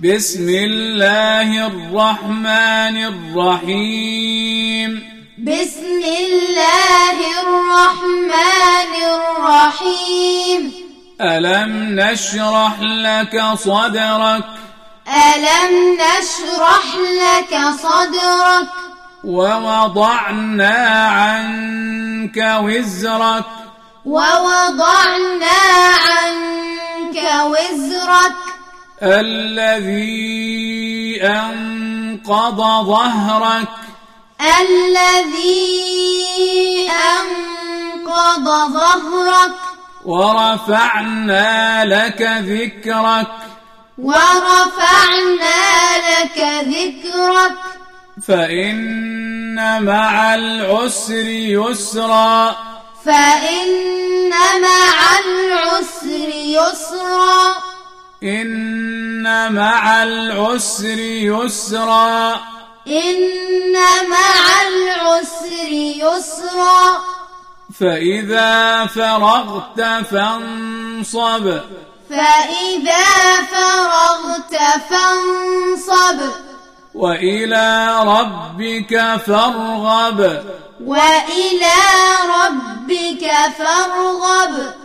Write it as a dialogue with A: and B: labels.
A: بسم الله الرحمن الرحيم
B: بسم الله الرحمن الرحيم
A: ألم نشرح لك صدرك
B: ألم نشرح لك صدرك
A: ووضعنا عنك وزرك
B: ووضعنا عنك وزرك
A: الذي أنقض ظهرك
B: الذي أنقض ظهرك
A: ورفعنا لك ذكرك
B: ورفعنا لك ذكرك
A: فإن مع العسر يسرا
B: فإن مع العسر يسرا
A: إن مع العسر يسرا
B: إن مع العسر يسرا
A: فإذا فرغت فانصب
B: فإذا فرغت فانصب
A: وإلى ربك فارغب
B: وإلى ربك فارغب